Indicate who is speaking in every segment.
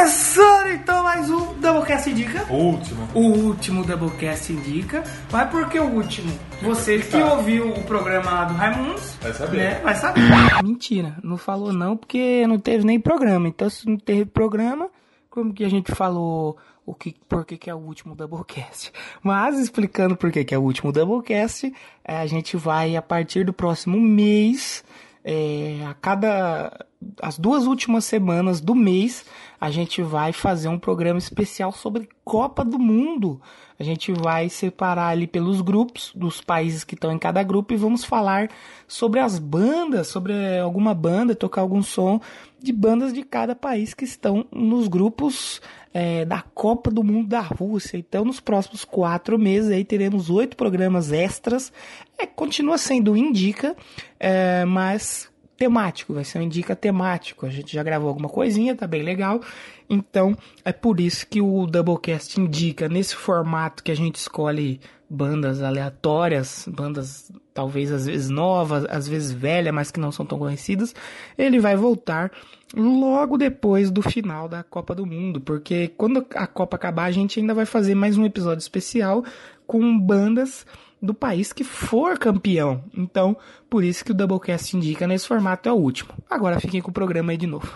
Speaker 1: Começando então mais um Doublecast Indica.
Speaker 2: O último.
Speaker 1: O último Doublecast Indica. Mas por que o último? Você que tá? ouviu o programa do Raimundos.
Speaker 2: Vai saber.
Speaker 1: Né, vai saber. Mentira, não falou não porque não teve nem programa. Então se não teve programa, como que a gente falou o que, por que, que é o último Doublecast? Mas explicando por que, que é o último Doublecast, eh, a gente vai a partir do próximo mês. É, a cada as duas últimas semanas do mês a gente vai fazer um programa especial sobre Copa do Mundo. A gente vai separar ali pelos grupos dos países que estão em cada grupo e vamos falar sobre as bandas, sobre eh, alguma banda, tocar algum som de bandas de cada país que estão nos grupos eh, da Copa do Mundo da Rússia. Então, nos próximos quatro meses aí teremos oito programas extras. É, continua sendo indica, eh, mas temático, vai ser um indica temático. A gente já gravou alguma coisinha, tá bem legal. Então é por isso que o Doublecast indica nesse formato que a gente escolhe bandas aleatórias, bandas talvez às vezes novas, às vezes velhas, mas que não são tão conhecidas. Ele vai voltar logo depois do final da Copa do Mundo, porque quando a Copa acabar, a gente ainda vai fazer mais um episódio especial com bandas do país que for campeão. Então, por isso que o Doublecast indica nesse formato é o último. Agora fiquem com o programa aí de novo.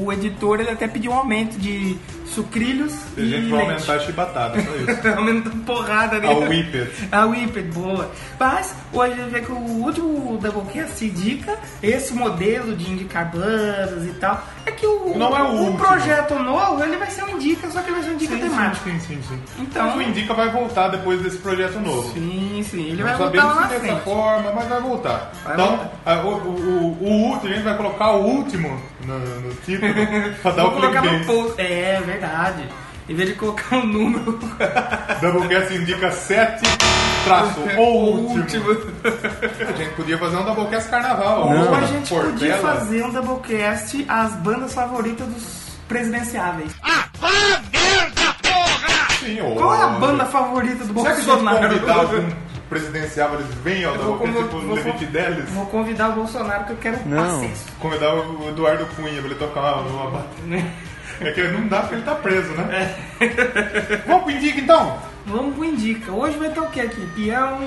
Speaker 1: O editor ele até pediu um aumento de sucrilhos
Speaker 2: Tem gente que vai aumentar a chibatada, só isso.
Speaker 1: Aumenta porrada
Speaker 2: A Whippet.
Speaker 1: A Whippet, boa. Mas hoje a gente vê que o último Doublecast indica esse modelo de indicar bandas e tal. É que o,
Speaker 2: Não é o último.
Speaker 1: projeto novo ele vai ser um indica, só que ele vai ser um indica temático.
Speaker 2: Sim, sim, sim.
Speaker 1: Então-
Speaker 2: Mas o Indica vai voltar depois desse projeto novo.
Speaker 1: Sim, sim. Ele vai
Speaker 2: Não
Speaker 1: voltar lá
Speaker 2: sabemos
Speaker 1: na
Speaker 2: se tem essa
Speaker 1: frente.
Speaker 2: forma, mas vai voltar.
Speaker 1: Vai
Speaker 2: então,
Speaker 1: voltar.
Speaker 2: a- o, o, o, o último, a gente vai colocar o último no, no título pra dar
Speaker 1: Vou
Speaker 2: o
Speaker 1: colocar no
Speaker 2: clickbait.
Speaker 1: post. É, verdade. Em vez de colocar um número.
Speaker 2: Doublecast indica 7 traço, ou último.
Speaker 1: último.
Speaker 2: A gente podia fazer um Doublecast carnaval.
Speaker 1: Ou
Speaker 2: ou
Speaker 1: a gente
Speaker 2: Portela.
Speaker 1: podia fazer um Doublecast as bandas favoritas dos presidenciáveis.
Speaker 2: Sim, ou...
Speaker 1: Qual é a banda favorita do
Speaker 2: Será que se a gente
Speaker 1: Bolsonaro?
Speaker 2: convidar algum presidenciável, eles vêm ao
Speaker 1: vou
Speaker 2: Doublecast, tipo
Speaker 1: convo-
Speaker 2: no
Speaker 1: vou-
Speaker 2: limite deles?
Speaker 1: Vou convidar o Bolsonaro que eu quero
Speaker 3: Não.
Speaker 1: acesso.
Speaker 2: Convidar o Eduardo Cunha pra ele tocar uma, uma bateria. É que não dá porque ele tá preso, né?
Speaker 1: É.
Speaker 2: Vamos pro Indica então!
Speaker 1: Vamos pro Indica. Hoje vai ter o que aqui? Peão,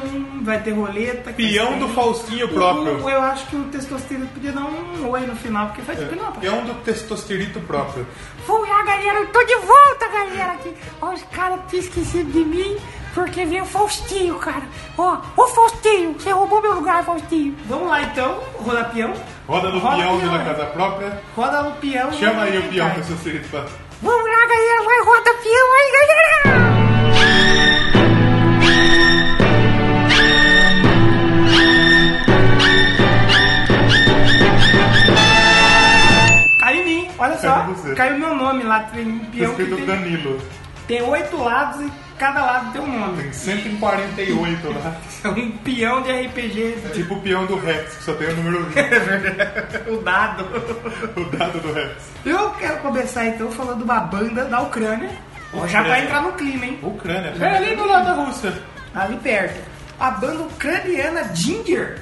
Speaker 1: vai ter roleta.
Speaker 2: Peão do Faustinho
Speaker 1: Eu,
Speaker 2: próprio.
Speaker 1: eu acho que o testosterona podia dar um oi no final, porque
Speaker 2: É.
Speaker 1: faz tempo que não tá. aparece.
Speaker 2: um Peão do testosterito próprio.
Speaker 4: Fui lá, galera, eu tô de volta, galera, aqui. Ó, os caras tinham esquecido de mim porque veio o Faustinho, cara. Ó, ô Faustinho, você roubou meu lugar, Faustinho.
Speaker 1: Vamos lá então, roda peão.
Speaker 2: Roda no
Speaker 1: Roda
Speaker 2: peão né,
Speaker 1: peão.
Speaker 2: da casa própria.
Speaker 1: Roda o peão. e
Speaker 2: Chama aí
Speaker 1: cai.
Speaker 2: o peão do testosterito pra...
Speaker 4: Vamos lá, galera, vai roda peão aí, galera.
Speaker 1: Cai em mim, olha só.
Speaker 2: Caiu em você.
Speaker 1: Caiu meu nome lá, tem um peão que
Speaker 2: Escrito
Speaker 1: tem,
Speaker 2: Danilo.
Speaker 1: tem oito lados e cada lado tem um nome.
Speaker 2: Tem 148 lá.
Speaker 1: É um peão de RPG,
Speaker 2: Tipo o peão do Rex, que só tem o número 1.
Speaker 1: o dado.
Speaker 2: o dado do Rex.
Speaker 1: Eu quero começar então falando de uma banda da Ucrânia. Ó, já
Speaker 2: Ucrânia.
Speaker 1: pra entrar no clima, hein?
Speaker 2: Ucrânia. É ali do lado da Rússia.
Speaker 1: Ali perto. A banda ucraniana Ginger.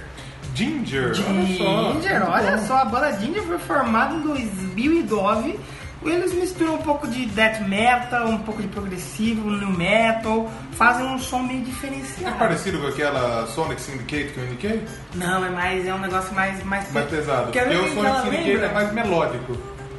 Speaker 2: Ginger. Olha só.
Speaker 1: Ginger, olha só, a banda Ginger foi formada em 2009. Eles misturam um pouco de death metal, um pouco de progressivo, new metal, fazem um som meio
Speaker 2: É
Speaker 1: diferenciado.
Speaker 2: parecido com aquela Sonic Syndicate que eu indiquei?
Speaker 1: Não, é mais é um negócio mais mais,
Speaker 2: Mais pesado.
Speaker 1: Quer ver
Speaker 2: eu
Speaker 1: quem
Speaker 2: sou
Speaker 1: que ela
Speaker 2: esse ninguém,
Speaker 1: lembra?
Speaker 2: é mais melódico.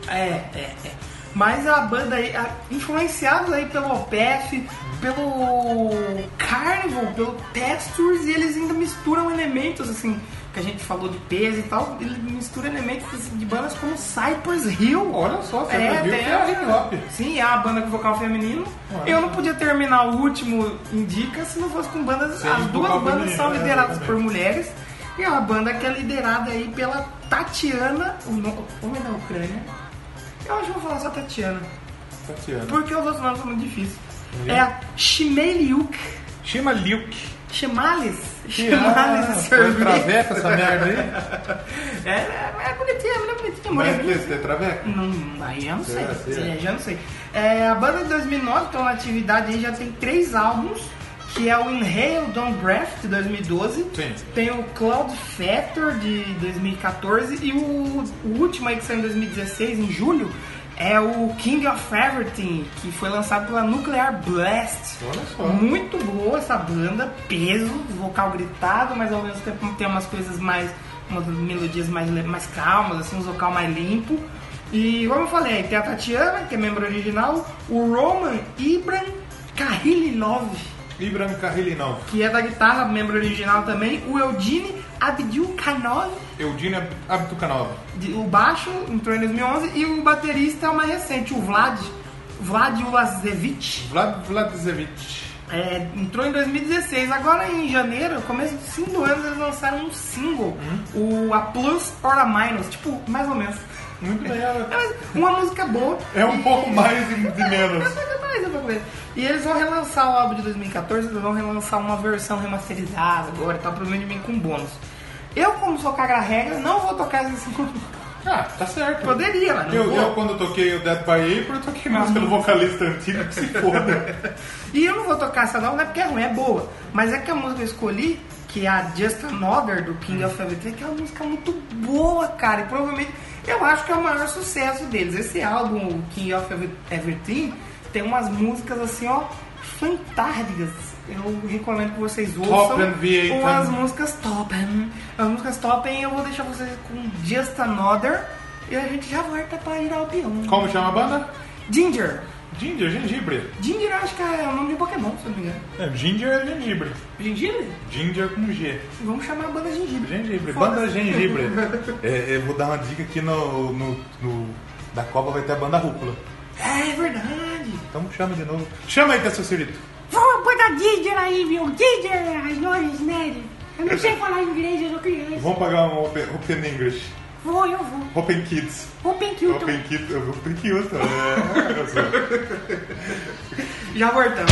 Speaker 1: É, é, é. Mas a banda aí, a- influenciados aí pelo OPF, pelo Carnival, pelo Textures, e eles ainda misturam elementos, assim, que a gente falou de peso e tal, ele mistura elementos assim, de bandas como Cypress Hill.
Speaker 2: Olha só, você
Speaker 1: É,
Speaker 2: viu que
Speaker 1: tem
Speaker 2: é hip hop.
Speaker 1: Sim, é uma banda com vocal feminino.
Speaker 2: Olha.
Speaker 1: Eu não podia terminar o último Indica se não fosse com bandas.
Speaker 2: Sim,
Speaker 1: as
Speaker 2: vocal
Speaker 1: duas bandas
Speaker 2: feminino,
Speaker 1: são
Speaker 2: é,
Speaker 1: lideradas
Speaker 2: exatamente.
Speaker 1: por mulheres. E é uma banda que é liderada aí pela Tatiana, o no- o nome é da Ucrânia. Eu acho que vou falar só Tatiana,
Speaker 2: Tatiana.
Speaker 1: porque os outros nomes são muito difíceis. É a Shimeliuk.
Speaker 2: Chama Luke.
Speaker 1: Chimales?
Speaker 2: Ah,
Speaker 1: Chimales
Speaker 2: foi
Speaker 1: Sorvete.
Speaker 2: traveca essa merda aí?
Speaker 1: É, é, é bonitinha, é bonitinha,
Speaker 2: Mas
Speaker 1: mulher.
Speaker 2: esse é traveca?
Speaker 1: Não, Hum, aí eu não sei.
Speaker 2: Será, será?
Speaker 1: É, já não sei. É, a banda de 2009 então na atividade aí já tem três álbuns, que é o Inhale Don't Breath de 2012,
Speaker 2: Sim.
Speaker 1: tem o Cloud Factor de 2014 e o, o último aí que saiu em 2016 em julho, é o King of Everything, que foi lançado pela Nuclear Blast.
Speaker 2: Olha só.
Speaker 1: Muito boa essa banda, peso, vocal gritado, mas ao mesmo tempo tem umas coisas mais. umas melodias mais, le- mais calmas, assim, um vocal mais limpo. E como eu falei, tem a Tatiana, que é membro original, o Roman Ibram Karilov,
Speaker 2: Ibram Carrilinov.
Speaker 1: que é da guitarra, membro original também, o Eudine Abdul Kanov,
Speaker 2: Eudina Abdukanov.
Speaker 1: de- o baixo entrou em 2011 e o baterista é uma recente, o Vlad, Vlad Ulazevich,
Speaker 2: Vlad Vladzevich.
Speaker 1: é, entrou em 2016. Agora em janeiro, começo do fim do ano, eles lançaram um single, o A Plus or a Minus, tipo, mais ou menos.
Speaker 2: Muito bem,
Speaker 1: É
Speaker 2: ela-
Speaker 1: mas uma música boa.
Speaker 2: é um
Speaker 1: E-
Speaker 2: pouco mais e de
Speaker 1: É um
Speaker 2: menos.
Speaker 1: pouco mais, é um pouco mais. E eles vão relançar o álbum de 2014, eles vão relançar uma versão remasterizada agora, tá provavelmente vem com bônus. Eu, como sou cagra regra, não vou tocar esse single.
Speaker 2: Ah, tá certo.
Speaker 1: Poderia, mas não
Speaker 2: Eu,
Speaker 1: vou.
Speaker 2: eu, quando eu toquei o Dead by April, eu toquei música do vocalista antigo, que se foda.
Speaker 1: E eu não vou tocar essa não, não é porque é ruim, é boa. Mas é que a música que eu escolhi, que é a Just Another do King of Everything, que é uma música muito boa, cara. E provavelmente eu acho que é o maior sucesso deles. Esse álbum, o King of Every- Everything, tem umas músicas assim, ó, fantásticas. Eu recomendo que vocês ouçam
Speaker 2: Top and tá? V8,
Speaker 1: umas
Speaker 2: hein?
Speaker 1: músicas top. hein? As músicas top, hein? eu vou deixar vocês com Just Another e a gente já volta pra ir ao peão.
Speaker 2: Como chama a banda?
Speaker 1: Ginger.
Speaker 2: Ginger, gengibre.
Speaker 1: Ginger eu acho que é o nome de Pokémon, se eu não me engano.
Speaker 2: É, ginger é gengibre.
Speaker 1: Gengibre?
Speaker 2: Ginger com G.
Speaker 1: Vamos chamar a banda gengibre.
Speaker 2: Gengibre,
Speaker 1: Foda-se.
Speaker 2: banda gengibre. É, eu vou dar uma dica aqui no, no, no- Na Copa vai ter a banda rúcula.
Speaker 1: É verdade.
Speaker 2: Então chama de novo. Chama aí, seu Cirito.
Speaker 4: Vamos botar Ginger aí, viu? Ginger, as lojas nerd. Eu não sei falar inglês, eu sou criança.
Speaker 2: Vamos pagar um Open, open English.
Speaker 4: Vou, eu vou.
Speaker 2: Open Kids.
Speaker 4: Open Kilton.
Speaker 2: Open Kids. Open Kids. É, eu sou-
Speaker 1: Já voltamos.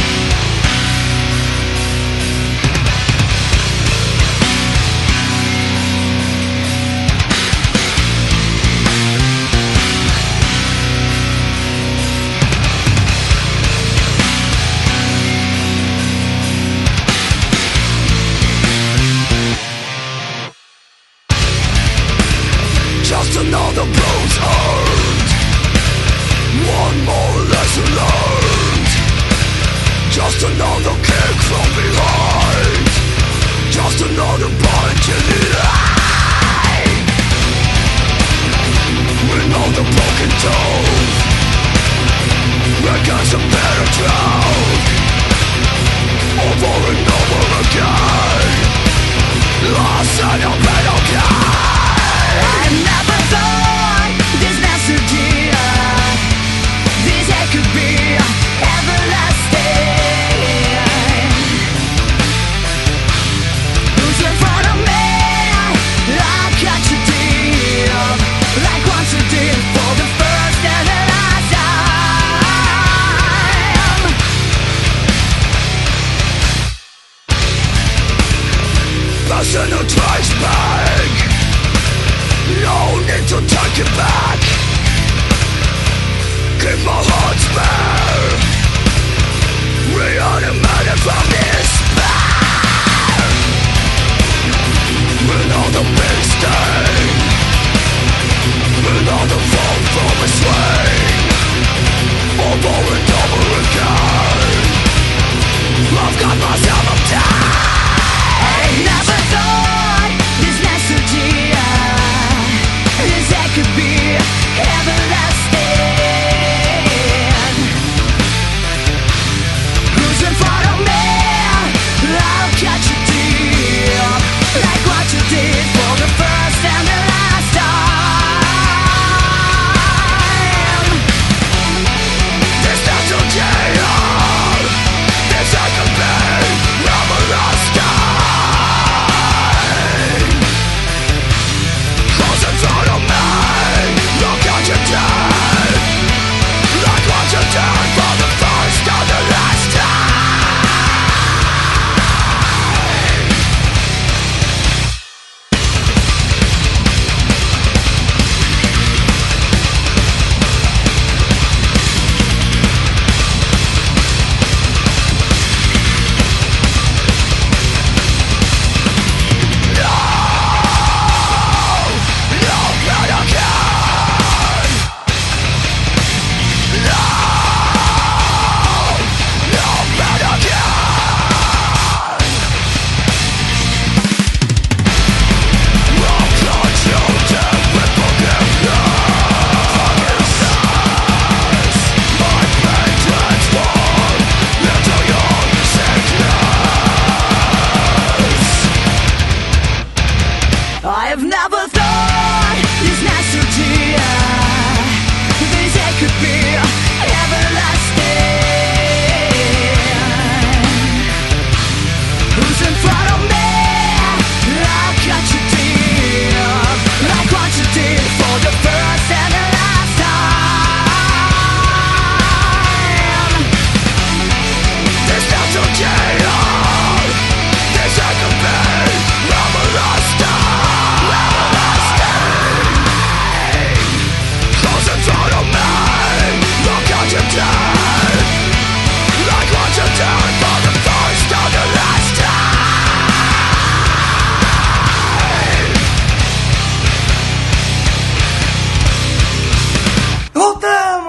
Speaker 3: Just another bruise earned One more lesson learned Just another kick from behind Just another punch in the eye With another broken tooth Against a better drought Over and over again Lost and a better
Speaker 5: I never thought this message This I could be everlasting Who's in front of me Like I should deal Like once you did for the first and I uh,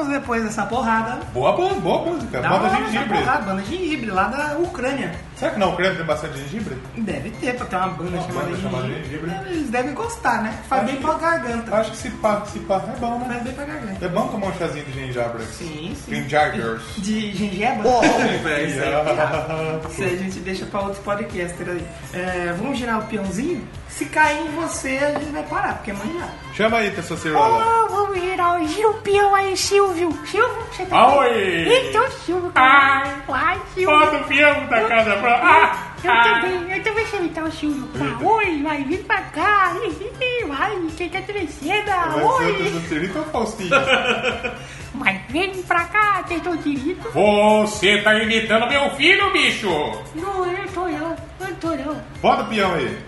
Speaker 1: depois dessa porrada.
Speaker 2: Boa banda, boa música.
Speaker 1: Da
Speaker 2: É Banda
Speaker 1: hora, da
Speaker 2: gengibre.
Speaker 1: porrada, banda gengibre, lá da Ucrânia.
Speaker 2: Será que na Ucrânia tem bastante gengibre?
Speaker 1: Deve ter, pra ter uma banda
Speaker 2: Uma
Speaker 1: chamada
Speaker 2: banda chamada Gengibre.
Speaker 1: Eles devem gostar, né? Faz
Speaker 2: Acho
Speaker 1: bem
Speaker 2: que-
Speaker 1: pra garganta.
Speaker 2: Acho que se pá, se pá, é bom, né?
Speaker 1: Faz bem pra garganta.
Speaker 2: É bom tomar um chazinho de gengibre.
Speaker 1: Sim, sim.
Speaker 2: Gingagers.
Speaker 1: De gengeba?
Speaker 2: velho, isso aí é pirata.
Speaker 1: Isso aí a gente deixa pra outro podcaster aí. É, vamos girar o peãozinho? Se cair em você, a gente vai parar, porque é manhã.
Speaker 2: Chama aí, Tessocerola.
Speaker 4: Ô, vamos girar o giro peão aí, Silvio. Silvio, você tá
Speaker 2: Aoi!
Speaker 4: Então, Silvio, cara. Ai, Silvio.
Speaker 2: peão da casa pra... Ah!
Speaker 4: Eu também, eu também sei imitar o Silvio. Tá, oi, vai vir pra cá. Ih, ih, Vai, quem quer crescida?
Speaker 2: Vai ser o
Speaker 4: Oi,
Speaker 2: Tessocerito ou o Faustinho?
Speaker 4: mas vem pra cá, vocês estão direito.
Speaker 2: Você tá imitando meu filho, bicho!
Speaker 4: Não, eu tô não, eu tô não.
Speaker 2: Bota o peão aí.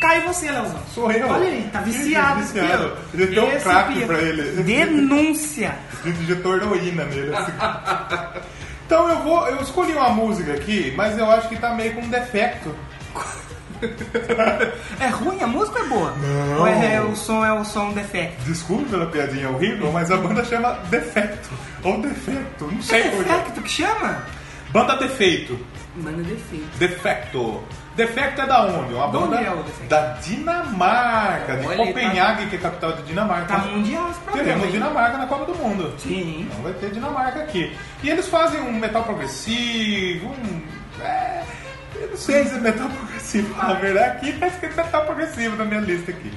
Speaker 1: Cai você, Leozão.
Speaker 2: Sou eu.
Speaker 1: Olha aí, tá
Speaker 2: Ih,
Speaker 1: viciado esse
Speaker 2: viciado.
Speaker 1: peão.
Speaker 2: Ele deu um
Speaker 1: Esse
Speaker 2: crack
Speaker 1: peão.
Speaker 2: pra ele.
Speaker 1: Denúncia.
Speaker 2: Injetor da urina nele. assim. então eu vou. Eu escolhi uma música aqui, mas eu acho que tá meio com um defecto.
Speaker 1: É ruim? A música é boa? Não. Ou é, o som é o som defecto?
Speaker 2: Desculpe pela piadinha horrível, mas a banda chama Defecto. Ou Defecto, não sei como é.
Speaker 1: Defecto que chama?
Speaker 2: Banda Defeito.
Speaker 1: Mano, defeito.
Speaker 2: Defecto. Defecto é da onde? Uma
Speaker 1: De onde
Speaker 2: banda
Speaker 1: é o Defecto?
Speaker 2: da Dinamarca, de
Speaker 1: Olha,
Speaker 2: Copenhague, que é a capital de Dinamarca.
Speaker 1: Tá mundial esse programa,
Speaker 2: Teremos
Speaker 1: hein?
Speaker 2: Dinamarca na Copa do Mundo.
Speaker 1: Sim.
Speaker 2: Então vai ter Dinamarca aqui. E eles fazem um metal progressivo, um. É, eu não sei se é metal progressivo. Na verdade, aqui tá escrito metal progressivo na minha lista aqui.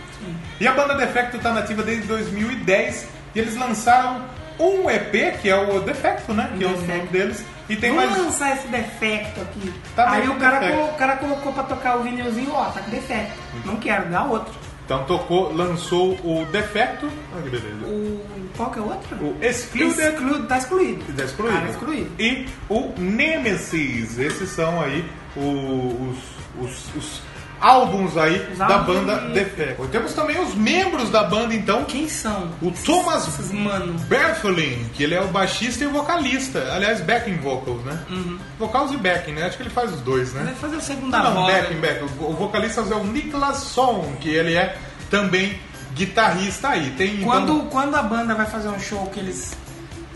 Speaker 2: E a banda Defecto tá nativa desde 2010 e eles lançaram um EP, que é o Defecto, né? Que é o nome
Speaker 1: Defecto.
Speaker 2: deles. E tem
Speaker 1: Vamos
Speaker 2: mais.
Speaker 1: lançar esse defecto aqui.
Speaker 2: Tá
Speaker 1: Aí
Speaker 2: meio
Speaker 1: o cara,
Speaker 2: defecto.
Speaker 1: colo- o cara colocou pra tocar o vinilzinho, ó, tá com defecto. Não quero, dá outro.
Speaker 2: Então tocou, lançou o Defecto. Olha que beleza.
Speaker 1: O. Qual que é o outro?
Speaker 2: O Excluded.
Speaker 1: Excluído. Tá excluído.
Speaker 2: Tá excluído.
Speaker 1: Tá excluído.
Speaker 2: E o Nemesis. Esses são aí o- os, os, os álbuns aí
Speaker 1: Os
Speaker 2: da
Speaker 1: álbuns
Speaker 2: banda
Speaker 1: de-
Speaker 2: Defecto. Temos também os membros da banda, então, que
Speaker 1: Quem são?
Speaker 2: o Thomas
Speaker 1: Esses mano.
Speaker 2: Berthelin, que ele é o baixista e o vocalista. Aliás, backing vocals, né?
Speaker 1: Uhum.
Speaker 2: Vocals e backing, né? Acho que ele faz os dois, né?
Speaker 1: Vai fazer o segundo
Speaker 2: Não,
Speaker 1: voz.
Speaker 2: backing, backing. O vocalista é o Niklas Son, que ele é também guitarrista aí. Tem, então,
Speaker 1: Quando, quando a banda vai fazer um show que eles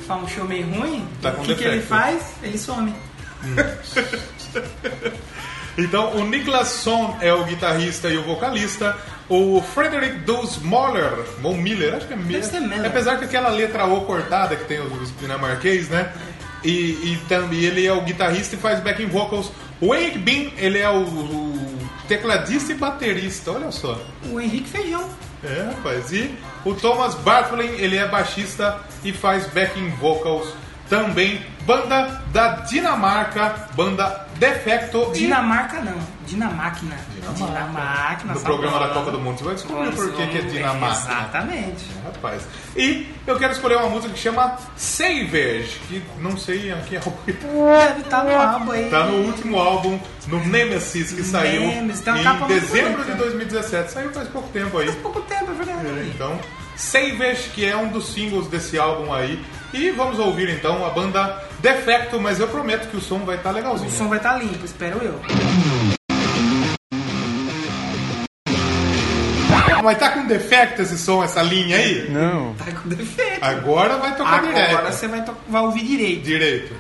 Speaker 1: falam um show meio ruim,
Speaker 2: Tá com
Speaker 1: o que, que ele
Speaker 2: defeito.
Speaker 1: faz? Ele some.
Speaker 2: Então, o Niklas Son é o guitarrista e o vocalista. O Frederick Dose Moller, ou Miller, acho que é Miller.
Speaker 1: ser Miller.
Speaker 2: Apesar que aquela letra O cortada que tem os os dinamarquês, né? E, e também ele é o guitarrista e faz backing vocals. O Henrik Bin, ele é o, o tecladista e baterista, olha só.
Speaker 1: O Henrique Feijão.
Speaker 2: É, rapaz. E o Thomas Bartholin, ele é baixista e faz backing vocals também. Banda da Dinamarca, banda Defecto. e-
Speaker 1: Dinamarca não. Dinamáquina. Dinamáquina.
Speaker 2: no
Speaker 1: essa
Speaker 2: programa
Speaker 1: bola.
Speaker 2: da Copa do Mundo. Você vai descobrir
Speaker 1: Vamos,
Speaker 2: por que, que é
Speaker 1: vamos ver.
Speaker 2: Dinamarca.
Speaker 1: Exatamente.
Speaker 2: Rapaz. E eu quero escolher uma música que chama Savage, que não sei aqui é
Speaker 1: Deve tá no álbum aí.
Speaker 2: Tá no último álbum, no Nemesis, que saiu
Speaker 1: Nemesis, tem uma capa
Speaker 2: em
Speaker 1: muito
Speaker 2: dezembro
Speaker 1: bonita.
Speaker 2: de 2017. Saiu faz pouco tempo aí.
Speaker 1: Faz pouco tempo, é verdade.
Speaker 2: Então, Savage, que é um dos singles desse álbum aí. E vamos ouvir então a banda Defecto, mas eu prometo que o som vai estar
Speaker 1: O
Speaker 2: legalzinho.
Speaker 1: som vai estar limpo, espero eu.
Speaker 2: Mas tá com defecto esse som, essa linha aí?
Speaker 1: Tá com defeito.
Speaker 2: Agora vai tocar direto.
Speaker 1: Agora você vai, to- vai ouvir direito.
Speaker 2: Direito.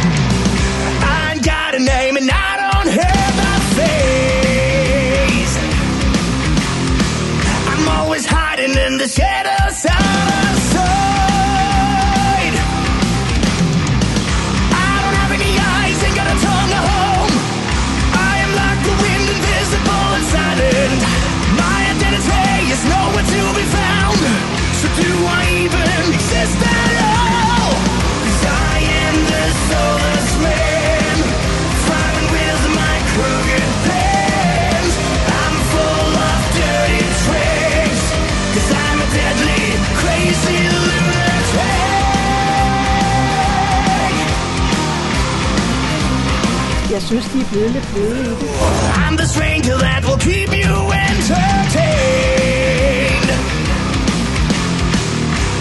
Speaker 5: I ain't got a name and I don't have a face. I'm always hiding in the shadows out of sight. I don't have any eyes, ain't got a tongue to hold. I am like the wind, invisible and silent. My identity is nowhere to be found. So do I even exist at all? 'Cause I am the soulless man, flying with my crooked hands. I'm I'm the stranger that will keep you entertained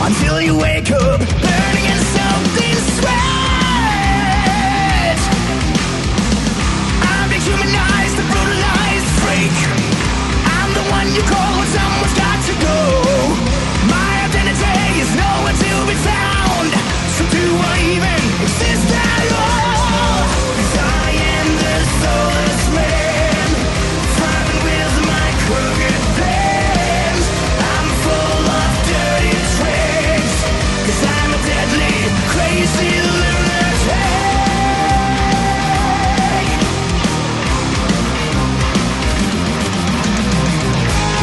Speaker 5: until you wake up burning in something sweat. I'm the humanized, the brutalized freak. I'm the one you call when someone's got to go. My identity is nowhere to be found. So do I even exist at all? 'Cause I am the soulless man, flying with my crooked plans. I'm full of dirty tricks, 'cause I'm a deadly, crazy lunatic.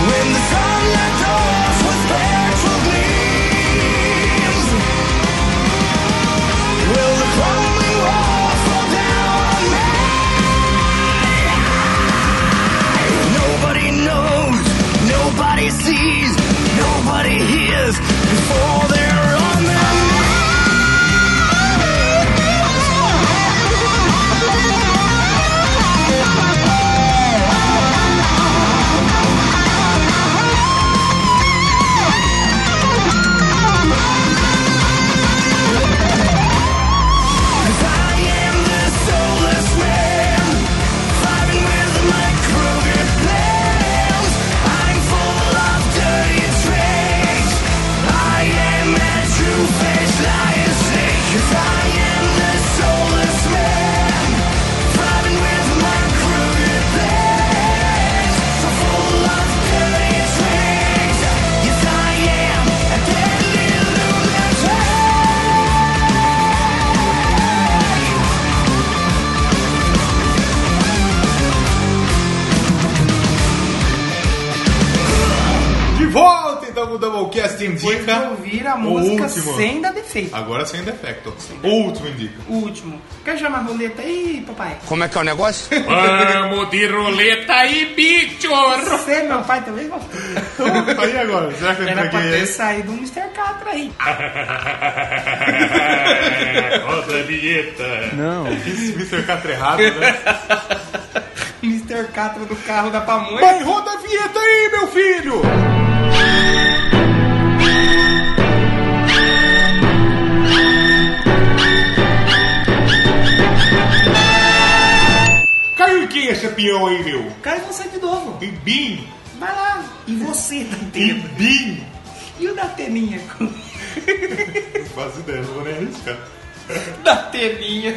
Speaker 5: When the sunlight dawns with petrol gleams, will the crumbling walls fall down on me? Nobody knows, nobody sees, nobody hears before they're on their I am the soulless man, fighting with my crooked plans. I'm full of dirty tricks. I am a two-faced lion snake. 'Cause I am the soulless man, fighting with my crooked plans. So full of dirty tricks. Yes, I am a deadly lunatic.
Speaker 2: De volta então com o Doublecast
Speaker 1: Depois
Speaker 2: indica.
Speaker 1: de ouvir a
Speaker 2: o
Speaker 1: música
Speaker 2: último.
Speaker 1: sem dar defeito.
Speaker 2: Agora sem defecto. O último indica.
Speaker 1: O último. Quer chamar a roleta aí, papai?
Speaker 6: Como é que é o negócio?
Speaker 7: Vamos de roleta e bicho!
Speaker 1: Você, meu pai, tá também gostou.
Speaker 2: e agora? Será que eu
Speaker 1: Era pra
Speaker 2: entreguei
Speaker 1: ter
Speaker 2: esse?
Speaker 1: saído um Mr. Catra aí.
Speaker 7: Roda a vinheta!
Speaker 2: Mr. Catra errado, né?
Speaker 1: Mr. Catra do carro da pamonha.
Speaker 2: Vai, roda a vinheta aí, meu filho! Caiu em quem esse peão aí, meu?
Speaker 1: Cai você de novo.
Speaker 2: Em Bim!
Speaker 1: Vai lá. E você,
Speaker 2: Em
Speaker 1: Datena.
Speaker 2: Bim!
Speaker 1: E o da Teninha?
Speaker 2: Quase 10, vou nem arriscar.
Speaker 1: da Teninha.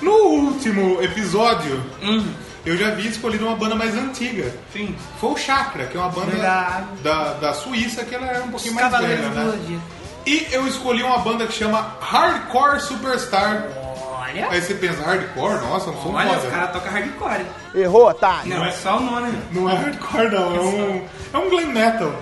Speaker 2: No último episódio,
Speaker 1: Hum.
Speaker 2: eu já havia escolhido uma banda mais antiga.
Speaker 1: Sim.
Speaker 2: Foi o Chakra, que é uma banda
Speaker 1: Verdade.
Speaker 2: da, da Suíça, que ela era um pouquinho
Speaker 1: Os
Speaker 2: mais
Speaker 1: Cavaleiros
Speaker 2: velha,
Speaker 1: do
Speaker 2: né?
Speaker 1: Melodia.
Speaker 2: E eu escolhi uma banda que chama Hardcore Superstar.
Speaker 1: Olha.
Speaker 2: Aí você pensa, hardcore? Nossa, um som
Speaker 1: Olha, os
Speaker 2: foda.
Speaker 1: caras tocam hardcore.
Speaker 6: Errou, otário.
Speaker 1: Não,
Speaker 2: Não é?
Speaker 1: é só o nome. né?
Speaker 2: Não é hardcore, não. É um, é um glam metal.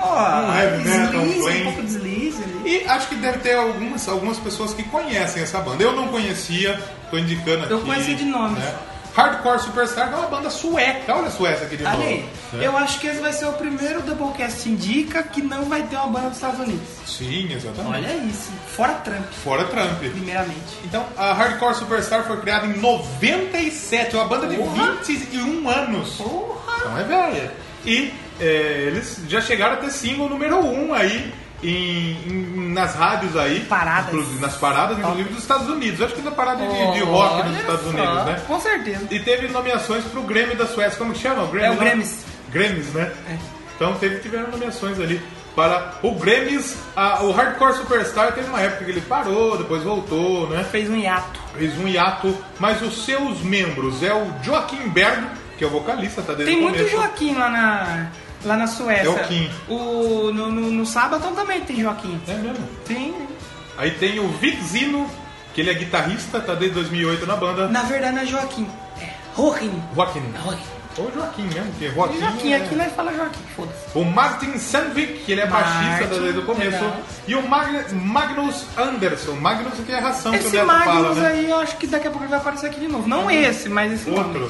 Speaker 1: Ó,
Speaker 2: heavy metal,
Speaker 1: deslize,
Speaker 2: plain.
Speaker 1: um pouco deslize ali.
Speaker 2: E acho que deve ter algumas, algumas pessoas que conhecem essa banda. Eu não conhecia, tô indicando aqui.
Speaker 1: Eu conheci de nome.
Speaker 2: né? Hardcore Superstar que é uma banda sueca. Olha a Suécia aqui de novo.
Speaker 1: Ali,
Speaker 2: né?
Speaker 1: eu acho que esse vai ser o primeiro Doublecast Indica que não vai ter uma banda dos Estados Unidos.
Speaker 2: Sim, exatamente.
Speaker 1: Olha isso. Fora Trump,
Speaker 2: Fora Trump.
Speaker 1: primeiramente.
Speaker 2: Então, a Hardcore Superstar foi criada em 97, uma banda de 21 anos. Então é velha. E é, eles já chegaram a ter single número 1 aí em, em- nas rádios aí.
Speaker 1: Paradas.
Speaker 2: Inclusive, nas paradas, inclusive dos Estados Unidos. Eu Acho que na parada de, de rock
Speaker 1: Olha
Speaker 2: nos Estados
Speaker 1: só.
Speaker 2: Unidos, né?
Speaker 1: Com certeza.
Speaker 2: E teve nomeações pro Grêmio da Suécia. Como que chama? O Grêmio,
Speaker 1: É o É.
Speaker 2: não?
Speaker 1: Grêmis.
Speaker 2: Grêmis, né? Então teve, tiveram nomeações ali para o Grêmis. a- o Hardcore Superstar teve uma época que ele parou, depois voltou, né?
Speaker 1: Fez um hiato.
Speaker 2: Fez um hiato. Mas os seus membros é o Joaquim Bergo, que é o vocalista, tá desde
Speaker 1: Tem
Speaker 2: o
Speaker 1: muito
Speaker 2: começo.
Speaker 1: Joaquim lá na, lá na Suécia.
Speaker 2: É o Kim.
Speaker 1: O, no, no, no sábado também tem Joaquim.
Speaker 2: É mesmo.
Speaker 1: Tem.
Speaker 2: Aí tem o Vixino, que ele é guitarrista, tá desde 2008 na banda.
Speaker 1: Na verdade não é Joaquim. É Joaquim.
Speaker 2: Joaquim.
Speaker 1: Joaquim.
Speaker 2: Ou Joaquim mesmo, que é Joaquim.
Speaker 1: Joaquim,
Speaker 2: é-
Speaker 1: aqui nós fala Joaquim. Foda-se.
Speaker 2: O Martin Sandvik, que ele é baixista
Speaker 1: Martin,
Speaker 2: desde o começo.
Speaker 1: legal.
Speaker 2: E o Mag- Magnus Anderson. Magnus que é ração que o
Speaker 1: Esse
Speaker 2: Neto fala,
Speaker 1: Magnus
Speaker 2: né? Uhum.
Speaker 1: aí, eu acho que daqui a pouco ele vai aparecer aqui de novo. Não esse, mas esse nome.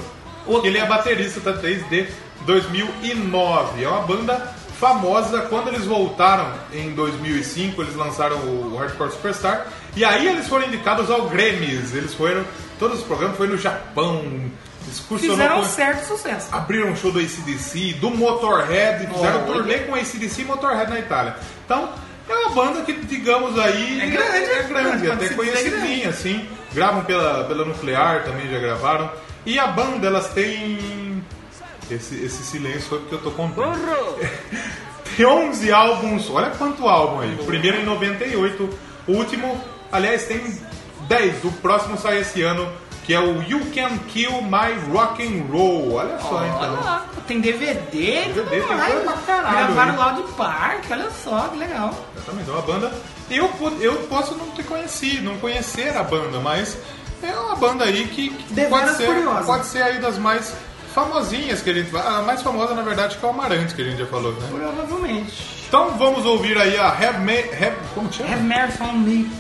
Speaker 2: Outro. Que Ele é baterista tá, desde 2009. É uma banda famosa. Quando eles voltaram em 2005, eles lançaram o Hardcore Superstar. E aí eles foram indicados ao Grammys. Eles foram, todos os programas foram no Japão. Excursionou
Speaker 1: Fizeram um
Speaker 2: com-
Speaker 1: certo sucesso.
Speaker 2: abriram um show do ACDC, do Motorhead, fizeram um
Speaker 1: Olha.
Speaker 2: turnê com ACDC e Motorhead na Itália. Então, é uma banda que, digamos aí,
Speaker 1: É grande,
Speaker 2: é grande,
Speaker 1: pode se
Speaker 2: até
Speaker 1: dizer grande.
Speaker 2: conhecidinha, assim. Gravam pela, pela Nuclear, também já gravaram. E a banda, elas têm... Esse, esse silêncio foi porque eu tô contando. Tem 11 álbuns, olha quanto álbum aí. O primeiro é em 98, o último, aliás, tem 10. O próximo sai esse ano, que é o You Can Kill My Rock and Roll. Olha só,
Speaker 1: Olha
Speaker 2: então.
Speaker 1: lá, tem DVD, tudo
Speaker 2: DVD, tem
Speaker 1: mais,
Speaker 2: coisa pra caralho,
Speaker 1: gravaram
Speaker 2: hein?
Speaker 1: lá de parque, olha só, que legal.
Speaker 2: Exatamente, é uma banda. Eu, po- eu posso não ter conhecido, não conhecer a banda, mas é uma banda aí que, que
Speaker 1: Deveras
Speaker 2: pode, ser,
Speaker 1: curiosa.
Speaker 2: pode ser aí das mais famosinhas que a gente vai. A mais famosa, na verdade, que é o Amarante, que a gente já falou, né?
Speaker 1: Provavelmente.
Speaker 2: Então vamos ouvir aí a Have, Me, Have, como chama?
Speaker 1: Have Mercy on Me.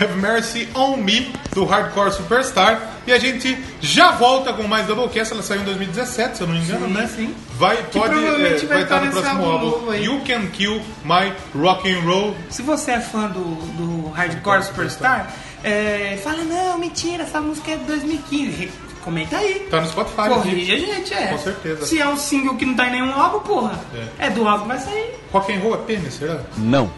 Speaker 2: Have Mercy on Me, do Hardcore Superstar. E a gente já volta com mais Doublecast. Ela saiu em 2017, se eu não me engano,
Speaker 1: Sim,
Speaker 2: né?
Speaker 1: sim.
Speaker 2: Vai, pode,
Speaker 1: provavelmente vai
Speaker 2: é, vai estar
Speaker 1: estar
Speaker 2: no
Speaker 1: nesse
Speaker 2: próximo
Speaker 1: álbum
Speaker 2: álbum.
Speaker 1: novo aí.
Speaker 2: You Can Kill My Rock and Roll.
Speaker 1: Se você é fã do, do Hardcore Superstar, é, fala, não, mentira, essa música é de 2015. Re- Comenta aí.
Speaker 2: Tá no Spotify.
Speaker 1: Corrige a
Speaker 2: aqui.
Speaker 1: gente, é.
Speaker 2: Com certeza.
Speaker 1: Se é um single que não tá em nenhum álbum, porra, é, do álbum que vai sair.
Speaker 2: Rock and Roll é pênis, será?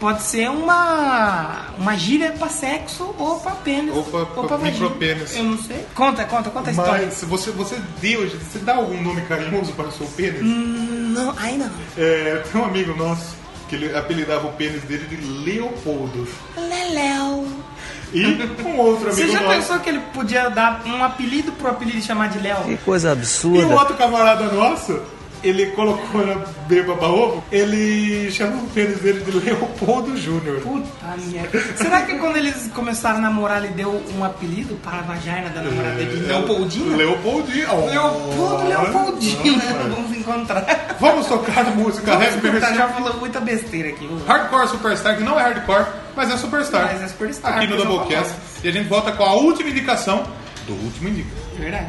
Speaker 1: Pode ser uma, uma gíria pra sexo ou pra pênis.
Speaker 2: Ou pra- pra
Speaker 1: vagina.
Speaker 2: micropênis.
Speaker 1: Eu não sei. Conta, conta, conta a É história.
Speaker 2: Mas se você, você deu, você dá algum nome carinhoso para o seu pênis?
Speaker 1: Hum. Não, ai não.
Speaker 2: É, tem um amigo nosso que ele apelidava o pênis dele de Leopoldo.
Speaker 1: Leléu.
Speaker 2: E um outro amigo
Speaker 1: Você já
Speaker 2: nosso.
Speaker 1: pensou que ele podia dar um apelido pro apelido e chamar de Léo?
Speaker 5: coisa
Speaker 2: E o
Speaker 5: absurda.
Speaker 2: outro camarada nosso, ele colocou na beba ovo, ele chamou o pênis dele de Leopoldo Júnior.
Speaker 1: Puta merda. Será que quando eles começaram a namorar, ele deu um apelido para a vagina da namorada
Speaker 2: É,
Speaker 1: dele? Leopoldina?
Speaker 2: Leopoldina. Oh.
Speaker 1: Leopoldo, Leopoldina.
Speaker 2: Nossa.
Speaker 1: Vamos encontrar.
Speaker 2: Vamos tocar a música
Speaker 1: Vamos
Speaker 2: Happy
Speaker 1: escutar,
Speaker 2: Birthday.
Speaker 1: já falou muita besteira aqui. Uh, vamos lá.
Speaker 2: Hardcore Superstar, que não é hardcore, mas é superstar.
Speaker 1: Mas é superstar,
Speaker 2: Aqui no
Speaker 1: coisa
Speaker 2: Doublecast. E a gente volta com a última indicação do último indica.
Speaker 1: Verdade.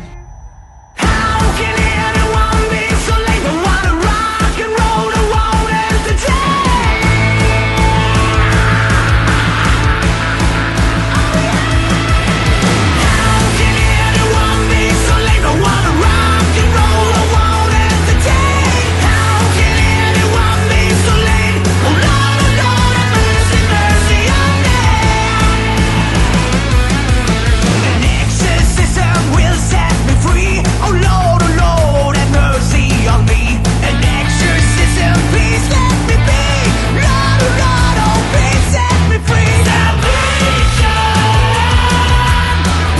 Speaker 8: How can anyone be so late? I wanna rock and roll, I won't end the day. How can anyone be so late? I wanna rock and roll, I won't end the day. How can anyone be so late? Oh Lord, oh Lord, have mercy, mercy on me. An exorcism will set me free. Oh Lord, oh Lord, have mercy on me. An exorcism, please let me be. Lord, oh Lord, oh please set me free. Salvation,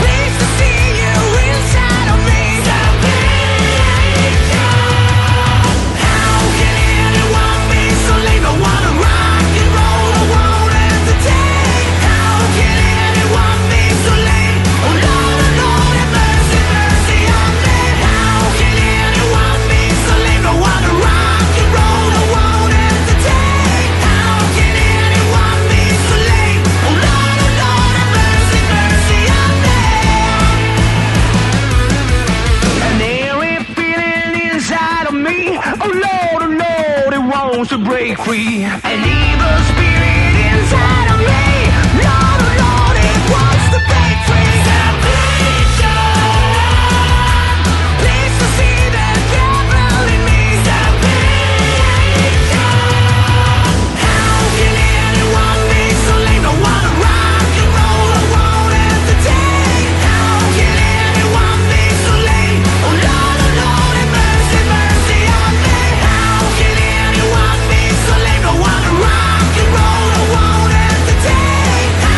Speaker 8: please to see you inside of me. Salvation, how can anyone be so lame? I wanna rock and roll, I won't entertain. How can anyone be so lame? Oh Lord, oh Lord, have mercy, mercy on me. How can anyone be so lame? I wanna rock and roll, I won't entertain. How can anyone be so lame? Oh Lord, oh Lord, have mercy, mercy on me. An eerie feeling inside of me. Oh Lord, oh Lord, it wants to break free. An evil spirit inside of me. Lord, oh Lord, it wants to break free. Salvation, please to see the devil in me. Salvation. How can anyone be so lame? I wanna rock and roll, I won't entertain. How can anyone be so lame? Oh Lord, oh Lord, have mercy, mercy on me. How can anyone be so lame? I wanna rock and roll, I won't entertain.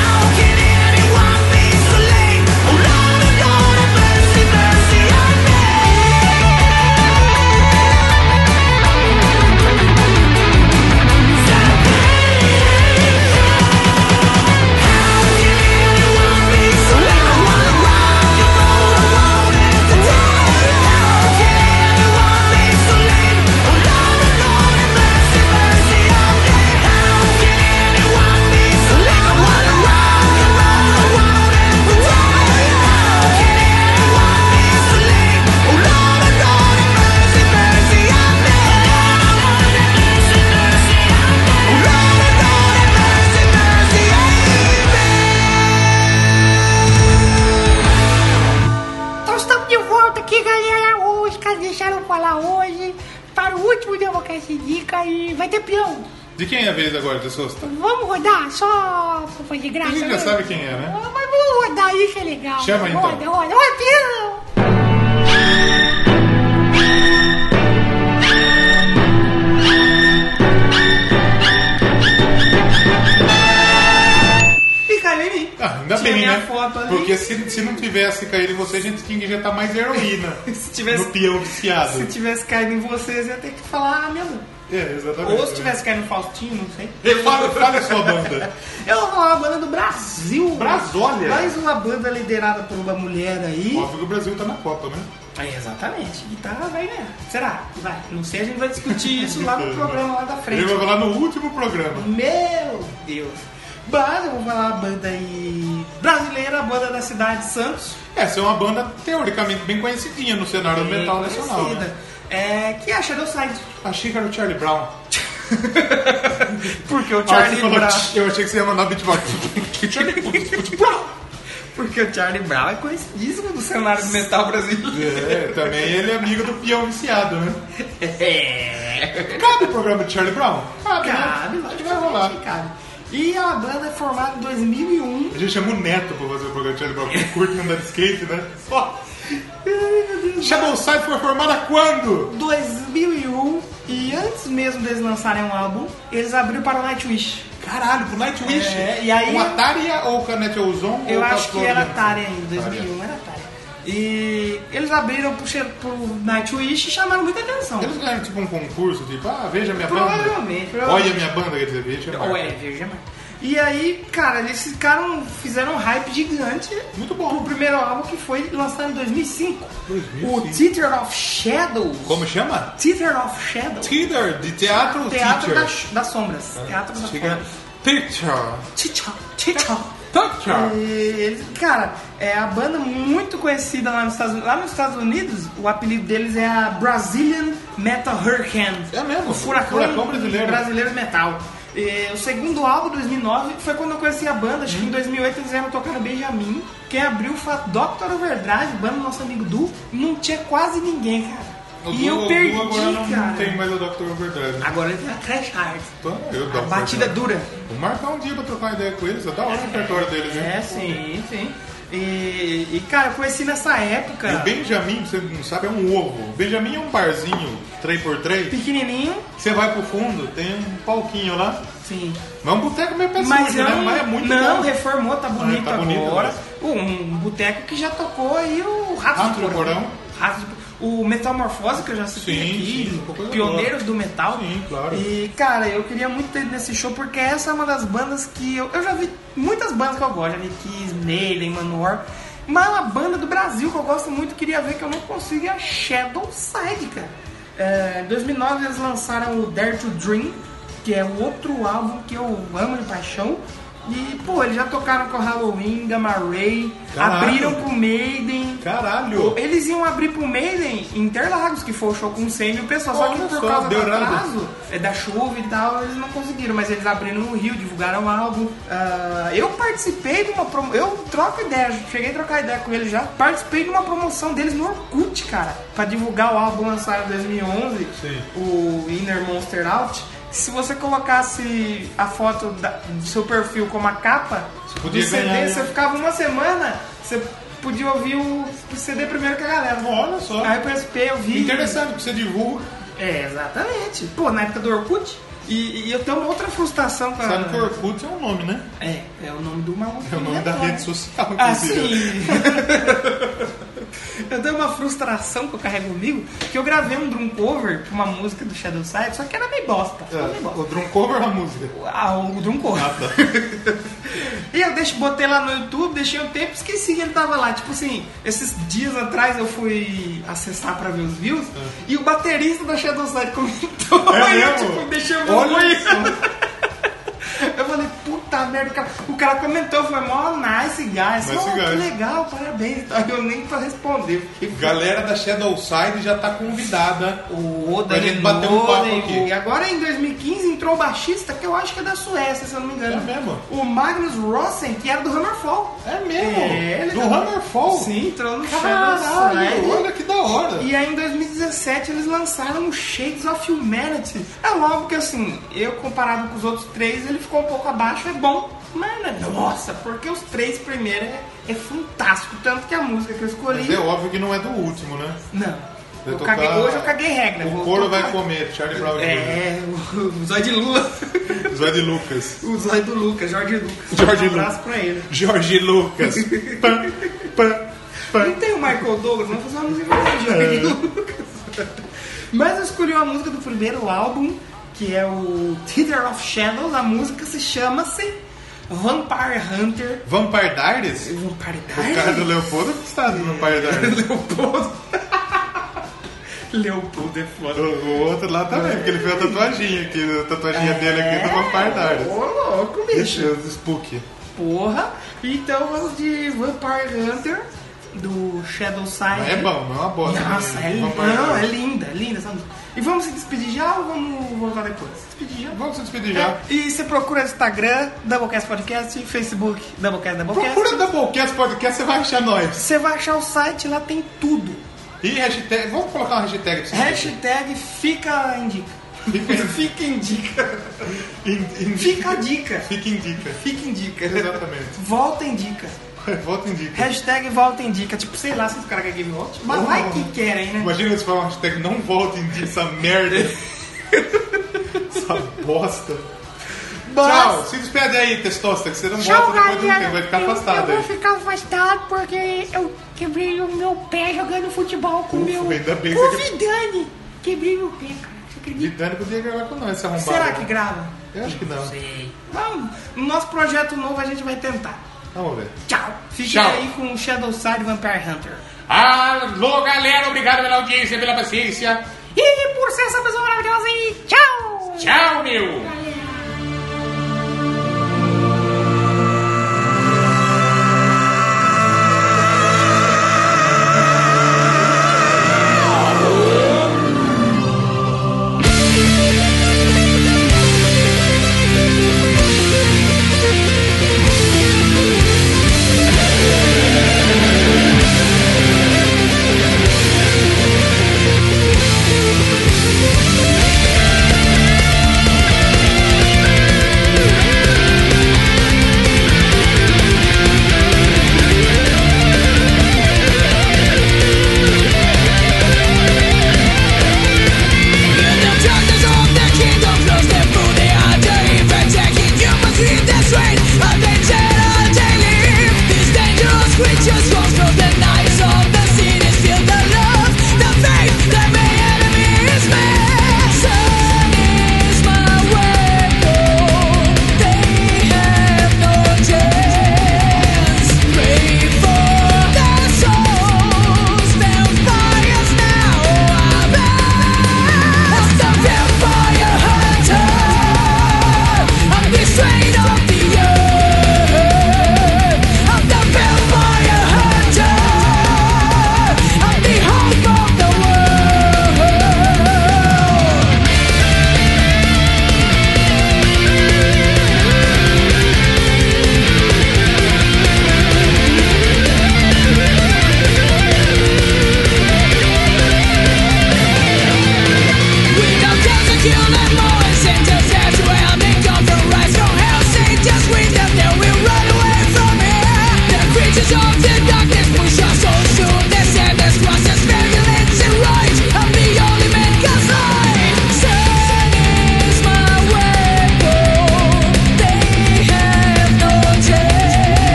Speaker 4: Então o último Democast Dica e vai ter peão.
Speaker 2: De quem é a vez agora, de susto?
Speaker 4: Vamos rodar só pra fazer
Speaker 2: A
Speaker 1: Ah,
Speaker 4: graça.
Speaker 2: gente já
Speaker 4: né?
Speaker 2: sabe quem é, né?
Speaker 4: Ah, Mas vamos rodar aí que é legal.
Speaker 2: Chama, então.
Speaker 4: Roda, roda. Roda, peão!
Speaker 1: E caiu em mim.
Speaker 2: Ah, ainda
Speaker 1: Tinha
Speaker 2: bem,
Speaker 1: minha
Speaker 2: né?
Speaker 1: foto ali.
Speaker 2: Porque se, se não tivesse caído em você, a gente tinha que injetar mais heroína
Speaker 1: Se tivesse-
Speaker 2: no peão viciado.
Speaker 1: Se tivesse caído em vocês, eu ia ter que falar, ah, meu.
Speaker 2: É, exatamente.
Speaker 1: Ou se tivesse caído no Faustinho, não sei.
Speaker 2: Fala, fala a sua banda.
Speaker 1: Eu vou falar uma banda do Brasil.
Speaker 2: Brasólia.
Speaker 1: Mais uma banda liderada por uma mulher aí.
Speaker 2: Óbvio que o Brasil tá na Copa, né?
Speaker 1: É, exatamente. E tá, vai ganhar. Será? Vai. Não sei, a gente vai discutir isso lá no programa lá da frente.
Speaker 2: Ele vai falar no último programa.
Speaker 1: Meu Deus. Mas eu vou falar uma banda aí brasileira, a banda da cidade de Santos.
Speaker 2: Essa é uma banda teoricamente bem conhecidinha no cenário do É metal
Speaker 1: Bem
Speaker 2: nacional.
Speaker 1: conhecida.
Speaker 2: Né?
Speaker 1: É, que é a Shadowside.
Speaker 2: Achei que era o Charlie Brown.
Speaker 1: Porque o
Speaker 2: Ah, você
Speaker 1: Charlie
Speaker 2: falou,
Speaker 1: Brown.
Speaker 2: eu achei que você ia mandar beatbox. Charlie Brown.
Speaker 1: Porque o Charlie Brown é conhecidíssimo do cenário do metal brasileiro.
Speaker 2: É, também ele é amigo do peão viciado, né?
Speaker 1: É.
Speaker 2: Cabe o programa de Charlie Brown? Cabe,
Speaker 1: Cabe,
Speaker 2: né?
Speaker 1: lógico
Speaker 2: Acho
Speaker 1: que
Speaker 2: que vai rolar.
Speaker 1: Cabe. E é uma banda formada em 2001.
Speaker 2: A gente chama o Neto pra fazer o programa de Charlie Brown, porque curte andar de skate, né? Ó, Shadowside foi formada quando?
Speaker 1: 2001. E antes mesmo deles lançarem um álbum, eles abriram para o Nightwish.
Speaker 2: Caralho, pro Nightwish.
Speaker 1: É, e aí-
Speaker 2: Com Ataria ou com a Netelzon?
Speaker 1: Eu acho que era Atari
Speaker 2: em
Speaker 1: ainda, 2001 era Atari. E eles abriram pro, che- pro Nightwish e chamaram muita atenção.
Speaker 2: Eles ganharam tipo um concurso, tipo, ah, veja minha
Speaker 1: Provavelmente,
Speaker 2: banda.
Speaker 1: provavelmente.
Speaker 2: Olha minha banda, quer dizer, veja. minha
Speaker 1: Ou
Speaker 2: banda.
Speaker 1: é, Virgem Mary. E aí, cara, eles ficaram, fizeram um hype gigante.
Speaker 2: Muito bom.
Speaker 1: O primeiro álbum que foi lançado em 2005.
Speaker 2: 2005.
Speaker 1: O Theater of Shadows.
Speaker 2: Como chama?
Speaker 1: Theater of Shadows.
Speaker 2: Theater, de teatro,
Speaker 1: Teatro
Speaker 2: teater.
Speaker 1: das, das Sombras. Teatro das
Speaker 2: Chega-
Speaker 1: Sombras.
Speaker 2: Teacher.
Speaker 1: Teacher. Teacher.
Speaker 2: Teacher.
Speaker 1: E eles- cara, é a banda muito conhecida lá nos Estados Unidos. Lá nos Estados Unidos, o apelido deles é a Brazilian Metal Hurricane.
Speaker 2: É mesmo?
Speaker 1: O furacão,
Speaker 2: Furacão brasileiro.
Speaker 1: brasileiro de metal. E o segundo álbum, 2009, foi quando eu conheci a banda. Acho
Speaker 2: Hum.
Speaker 1: que em 2008 eles vieram tocar no Benjamin. Quem abriu foi a Dr. Overdrive, banda do nosso amigo Du. Não tinha quase ninguém, cara.
Speaker 2: O
Speaker 1: e
Speaker 2: Du- o
Speaker 1: eu
Speaker 2: Du
Speaker 1: perdi,
Speaker 2: agora não
Speaker 1: cara.
Speaker 2: tem mais o Dr. Overdrive. né?
Speaker 1: Agora ele tem a Crash Hard.
Speaker 2: Então, eu
Speaker 1: A
Speaker 2: dou
Speaker 1: batida dura.
Speaker 2: Vou marcar um dia pra trocar uma ideia com eles, é da hora o repertório deles, né?
Speaker 1: É, sim, sim. E, e, cara, eu conheci nessa época.
Speaker 2: E o Benjamin, você não sabe, é um ovo. Benjamin é um barzinho 3x3.
Speaker 1: Pequenininho.
Speaker 2: Você vai pro fundo, tem um palquinho lá.
Speaker 1: Sim.
Speaker 2: Mas é um boteco meio pessoal,
Speaker 1: Mas
Speaker 2: né?
Speaker 1: não,
Speaker 2: Mas é muito
Speaker 1: não
Speaker 2: bom.
Speaker 1: reformou, tá bonito
Speaker 2: tá bonito
Speaker 1: agora. Um boteco que já tocou aí o Rato,
Speaker 2: Rato
Speaker 1: do
Speaker 2: do
Speaker 1: Porão.
Speaker 2: Porão.
Speaker 1: Rato do Porão. O Metamorfose, que eu já citei
Speaker 2: Sim,
Speaker 1: aqui,
Speaker 2: sim, pouca coisa
Speaker 1: pioneiros do metal.
Speaker 2: Sim, claro.
Speaker 1: E, cara, eu queria muito ter ido nesse show, porque essa é uma das bandas que eu, eu já vi muitas bandas que eu gosto. Já vi Kiss, Maiden, Manowar. Mas uma banda do Brasil que eu gosto muito, queria ver que eu não consigo, é a Shadowside, cara. É, em 2009 eles lançaram o Dare to Dream, que é um outro álbum que eu amo de paixão. E, pô, eles já tocaram com Halloween, Gamma Ray,
Speaker 2: Caralho.
Speaker 1: abriram pro Maiden.
Speaker 2: Caralho!
Speaker 1: Eles iam abrir pro Maiden em Interlagos, que foi o show com 100 mil pessoas. Só que
Speaker 2: Olha
Speaker 1: por
Speaker 2: só,
Speaker 1: causa do
Speaker 2: deu nada.
Speaker 1: atraso, é, da chuva e tal, eles não conseguiram. Mas eles abriram no Rio, divulgaram o álbum. Ah, eu participei de uma promoção... Eu troco ideia, cheguei a trocar ideia com eles já. Participei de uma promoção deles no Orkut, cara. Pra divulgar o álbum lançado em 2011,
Speaker 2: Sim.
Speaker 1: o Inner Monster Out. Se você colocasse a foto da- do seu perfil como a capa
Speaker 2: podia
Speaker 1: do CD,
Speaker 2: ganhar,
Speaker 1: você
Speaker 2: né?
Speaker 1: ficava uma semana... Você podia ouvir o CD primeiro que a galera.
Speaker 2: Olha só.
Speaker 1: Aí eu participei, eu vi.
Speaker 2: Interessante que você divulga.
Speaker 1: É, exatamente. Pô, na época do Orkut. E, e eu tenho uma outra frustração com a.
Speaker 2: Sabe que o Orkut é um nome, né?
Speaker 1: É, é o nome do maluco.
Speaker 2: É o nome da rede social,
Speaker 1: Ah,
Speaker 2: inclusive.
Speaker 1: sim. eu tenho uma frustração que eu carrego comigo, que eu gravei um drum cover pra uma música do Shadow Side, só que era meio bosta. Era meio
Speaker 2: É,
Speaker 1: bosta.
Speaker 2: o drum cover é uma música.
Speaker 1: Ah, o drum cover. E eu deixo, botei lá no YouTube, deixei um tempo, esqueci que ele tava lá. Tipo assim, esses dias atrás eu fui acessar pra ver os views e o baterista da Shadowside comentou.
Speaker 2: Ah. É
Speaker 1: Aí eu,
Speaker 2: mesmo?
Speaker 1: tipo, deixei o meu
Speaker 2: Olha
Speaker 1: banho.
Speaker 2: só.
Speaker 1: Eu falei, puta puta merda, o cara, o cara comentou, foi mó nice guys.
Speaker 2: Nice
Speaker 1: oh, que
Speaker 2: guys.
Speaker 1: legal, parabéns. Aí Eu nem pra responder. Porque...
Speaker 2: Galera da Shadow Side já tá convidada.
Speaker 1: O Oda
Speaker 2: Pra gente bater um
Speaker 1: Enoda
Speaker 2: papo
Speaker 1: e-
Speaker 2: aqui.
Speaker 1: E agora em 2015 entrou o baixista, que eu acho que é da Suécia, se eu não me engano.
Speaker 2: É mesmo?
Speaker 1: O Magnus Rossen, que era do Hammerfall.
Speaker 2: É mesmo?
Speaker 1: ele
Speaker 2: Do
Speaker 1: tá-
Speaker 2: Hammerfall?
Speaker 1: Sim, entrou no
Speaker 2: Caralho,
Speaker 1: Shadow Side.
Speaker 2: olha que da hora.
Speaker 1: E é aí em 2017 eles lançaram o Shades of Humanity. É logo que assim, eu comparado com os outros três, ele ficou um pouco abaixo, é bom. Mas não é- nossa, porque os três primeiros é, é fantástico, tanto que a música que eu escolhi.
Speaker 2: Mas é óbvio que não é do último, né?
Speaker 1: Não.
Speaker 2: Vai
Speaker 1: Eu
Speaker 2: tocar-
Speaker 1: caguei, hoje eu caguei regra.
Speaker 2: O
Speaker 1: vou
Speaker 2: couro
Speaker 1: tocar-
Speaker 2: vai comer, Charlie Brown Jr.
Speaker 1: É, o, o Zóio de Lula.
Speaker 2: Zé de Lucas.
Speaker 1: O Zóio do Lucas, Jorge Lucas.
Speaker 2: Jorge
Speaker 1: um abraço
Speaker 2: Lucas.
Speaker 1: pra ele.
Speaker 2: Jorge Lucas. Pã, pã, pã.
Speaker 1: Não tem o Michael Douglas, vamos fazer uma música com o
Speaker 2: É.
Speaker 1: Jorge Lucas. Mas eu escolhi uma música do primeiro álbum, que é o Theater of Shadows. A música se chama-se Vampire Hunter.
Speaker 2: Vampire Diaries?
Speaker 1: Vampire
Speaker 2: O cara do
Speaker 1: Diaries?
Speaker 2: Leopoldo que está no Vampire Diaries.
Speaker 1: Leopoldo. Leopoldo é foda.
Speaker 2: O, o outro lá também, porque ele fez a tatuaginha aqui, a tatuaginha dele aqui do Vampire Diaries.
Speaker 1: Ô, louco, bicho.
Speaker 2: Deixa o Spook.
Speaker 1: Porra! Então vamos de Vampire Hunter do Shadow Side.
Speaker 2: É bom, não é uma bosta.
Speaker 1: Nossa,
Speaker 2: né?
Speaker 1: é linda.
Speaker 2: Vampire
Speaker 1: Não, é
Speaker 2: Diaries.
Speaker 1: linda, é linda essa música. E vamos se despedir já ou vamos voltar depois? Se despedir já.
Speaker 2: Vamos se despedir já.
Speaker 1: É, E você procura no Instagram, Doublecast Podcast, Facebook, Doublecast Doublecast.
Speaker 2: Procura Doublecast Podcast, você vai achar nós.
Speaker 1: Você vai achar o site, lá tem tudo.
Speaker 2: E hashtag, vamos colocar uma hashtag pra vocês.
Speaker 1: Hashtag fica em dica. Fica em dica.
Speaker 2: In- in-
Speaker 1: Fica a dica.
Speaker 2: Fica em dica.
Speaker 1: Fica em dica.
Speaker 2: Exatamente.
Speaker 1: Volta em dica.
Speaker 2: Volta em dica.
Speaker 1: Hashtag volta em dica. Tipo, sei lá se os caras querem que volte. Mas
Speaker 2: Ou
Speaker 1: vai
Speaker 2: não.
Speaker 1: que querem, né?
Speaker 2: Imagina se for uma hashtag não volta em dica, essa merda. essa bosta. Tchau, se despede aí, testosta, que você não
Speaker 4: Tchau,
Speaker 2: volta depois de um
Speaker 4: galera.
Speaker 2: tempo, vai ficar
Speaker 4: Eu-
Speaker 2: afastado
Speaker 4: eu,
Speaker 2: aí.
Speaker 4: vou ficar afastado porque eu quebrei o meu pé jogando futebol com o
Speaker 2: Ufa,
Speaker 4: meu.
Speaker 2: ainda bem
Speaker 4: com o
Speaker 2: que você-
Speaker 4: Vidani. Quebrei meu pé, cara. Você acredita?
Speaker 2: Vidani podia gravar com nós, esse arrombado.
Speaker 1: Será que grava?
Speaker 2: Eu acho que não.
Speaker 1: Sei. Vamos, no nosso projeto novo a gente vai tentar.
Speaker 2: Vamos ver.
Speaker 1: Tchau. Fique
Speaker 9: Tchau.
Speaker 1: aí com o Shadow Side Vampire Hunter.
Speaker 9: Alô, galera, obrigado pela audiência, pela paciência.
Speaker 4: E por ser essa pessoa maravilhosa aí, tchau!
Speaker 9: Tchau, meu.
Speaker 10: Thank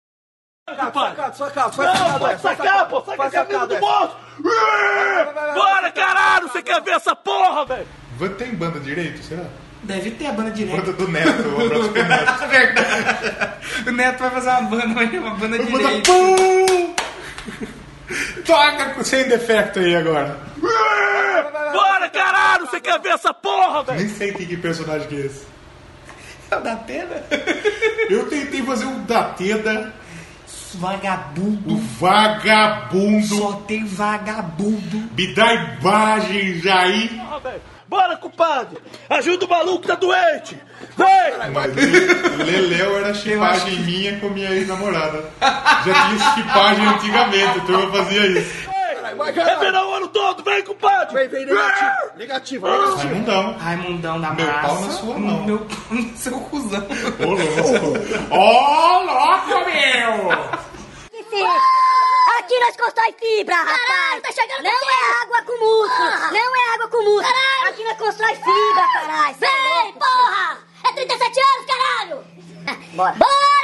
Speaker 11: sacado, sacado,
Speaker 5: Não,
Speaker 11: sacado.
Speaker 5: pô, sacar, pô, saca a camisa do morto! Bora, caralho, você quer ver essa porra, velho?
Speaker 2: Vai- Tem banda direito, será?
Speaker 1: Deve ter a banda direita.
Speaker 2: Banda do Neto, o abraço do Neto.
Speaker 1: O Neto vai fazer uma banda, mas é uma banda
Speaker 2: Banda
Speaker 1: direita.
Speaker 2: Pum! Toca com- sem defecto aí agora.
Speaker 5: Bora, caralho, você quer ver essa porra, velho?
Speaker 2: Nem sei que, que personagem que é esse.
Speaker 1: É o da Atena?
Speaker 2: Eu tentei fazer o da Teda,
Speaker 1: Vagabundo.
Speaker 2: o vagabundo,
Speaker 1: Só tem vagabundo.
Speaker 2: me dá imagens aí.
Speaker 5: Porra, velho. Bora, compadre! Ajuda o maluco que tá doente! Vem!
Speaker 2: Mas o Leléu era chipagem minha com minha ex-namorada. Já tinha chipagem antigamente, então eu fazia isso.
Speaker 11: vai,
Speaker 5: Vem!
Speaker 11: caralho.
Speaker 5: É verão o ano todo, vem, compadade!
Speaker 11: Vem, vem, negativo. Negativo, negativo.
Speaker 2: Mas não dão.
Speaker 1: Raimundão da
Speaker 2: Meu
Speaker 1: massa.
Speaker 2: pau na sua mão.
Speaker 1: Meu pau no seu cuzão.
Speaker 2: Ô, louco! Ô, louco, meu!
Speaker 8: Aqui nós constrói fibra, rapaz! não é água com músculo! Não é água com músculo! Aqui nós constrói fibra, caralho! Vem, porra! É 37 anos, caralho! Bora! Bora!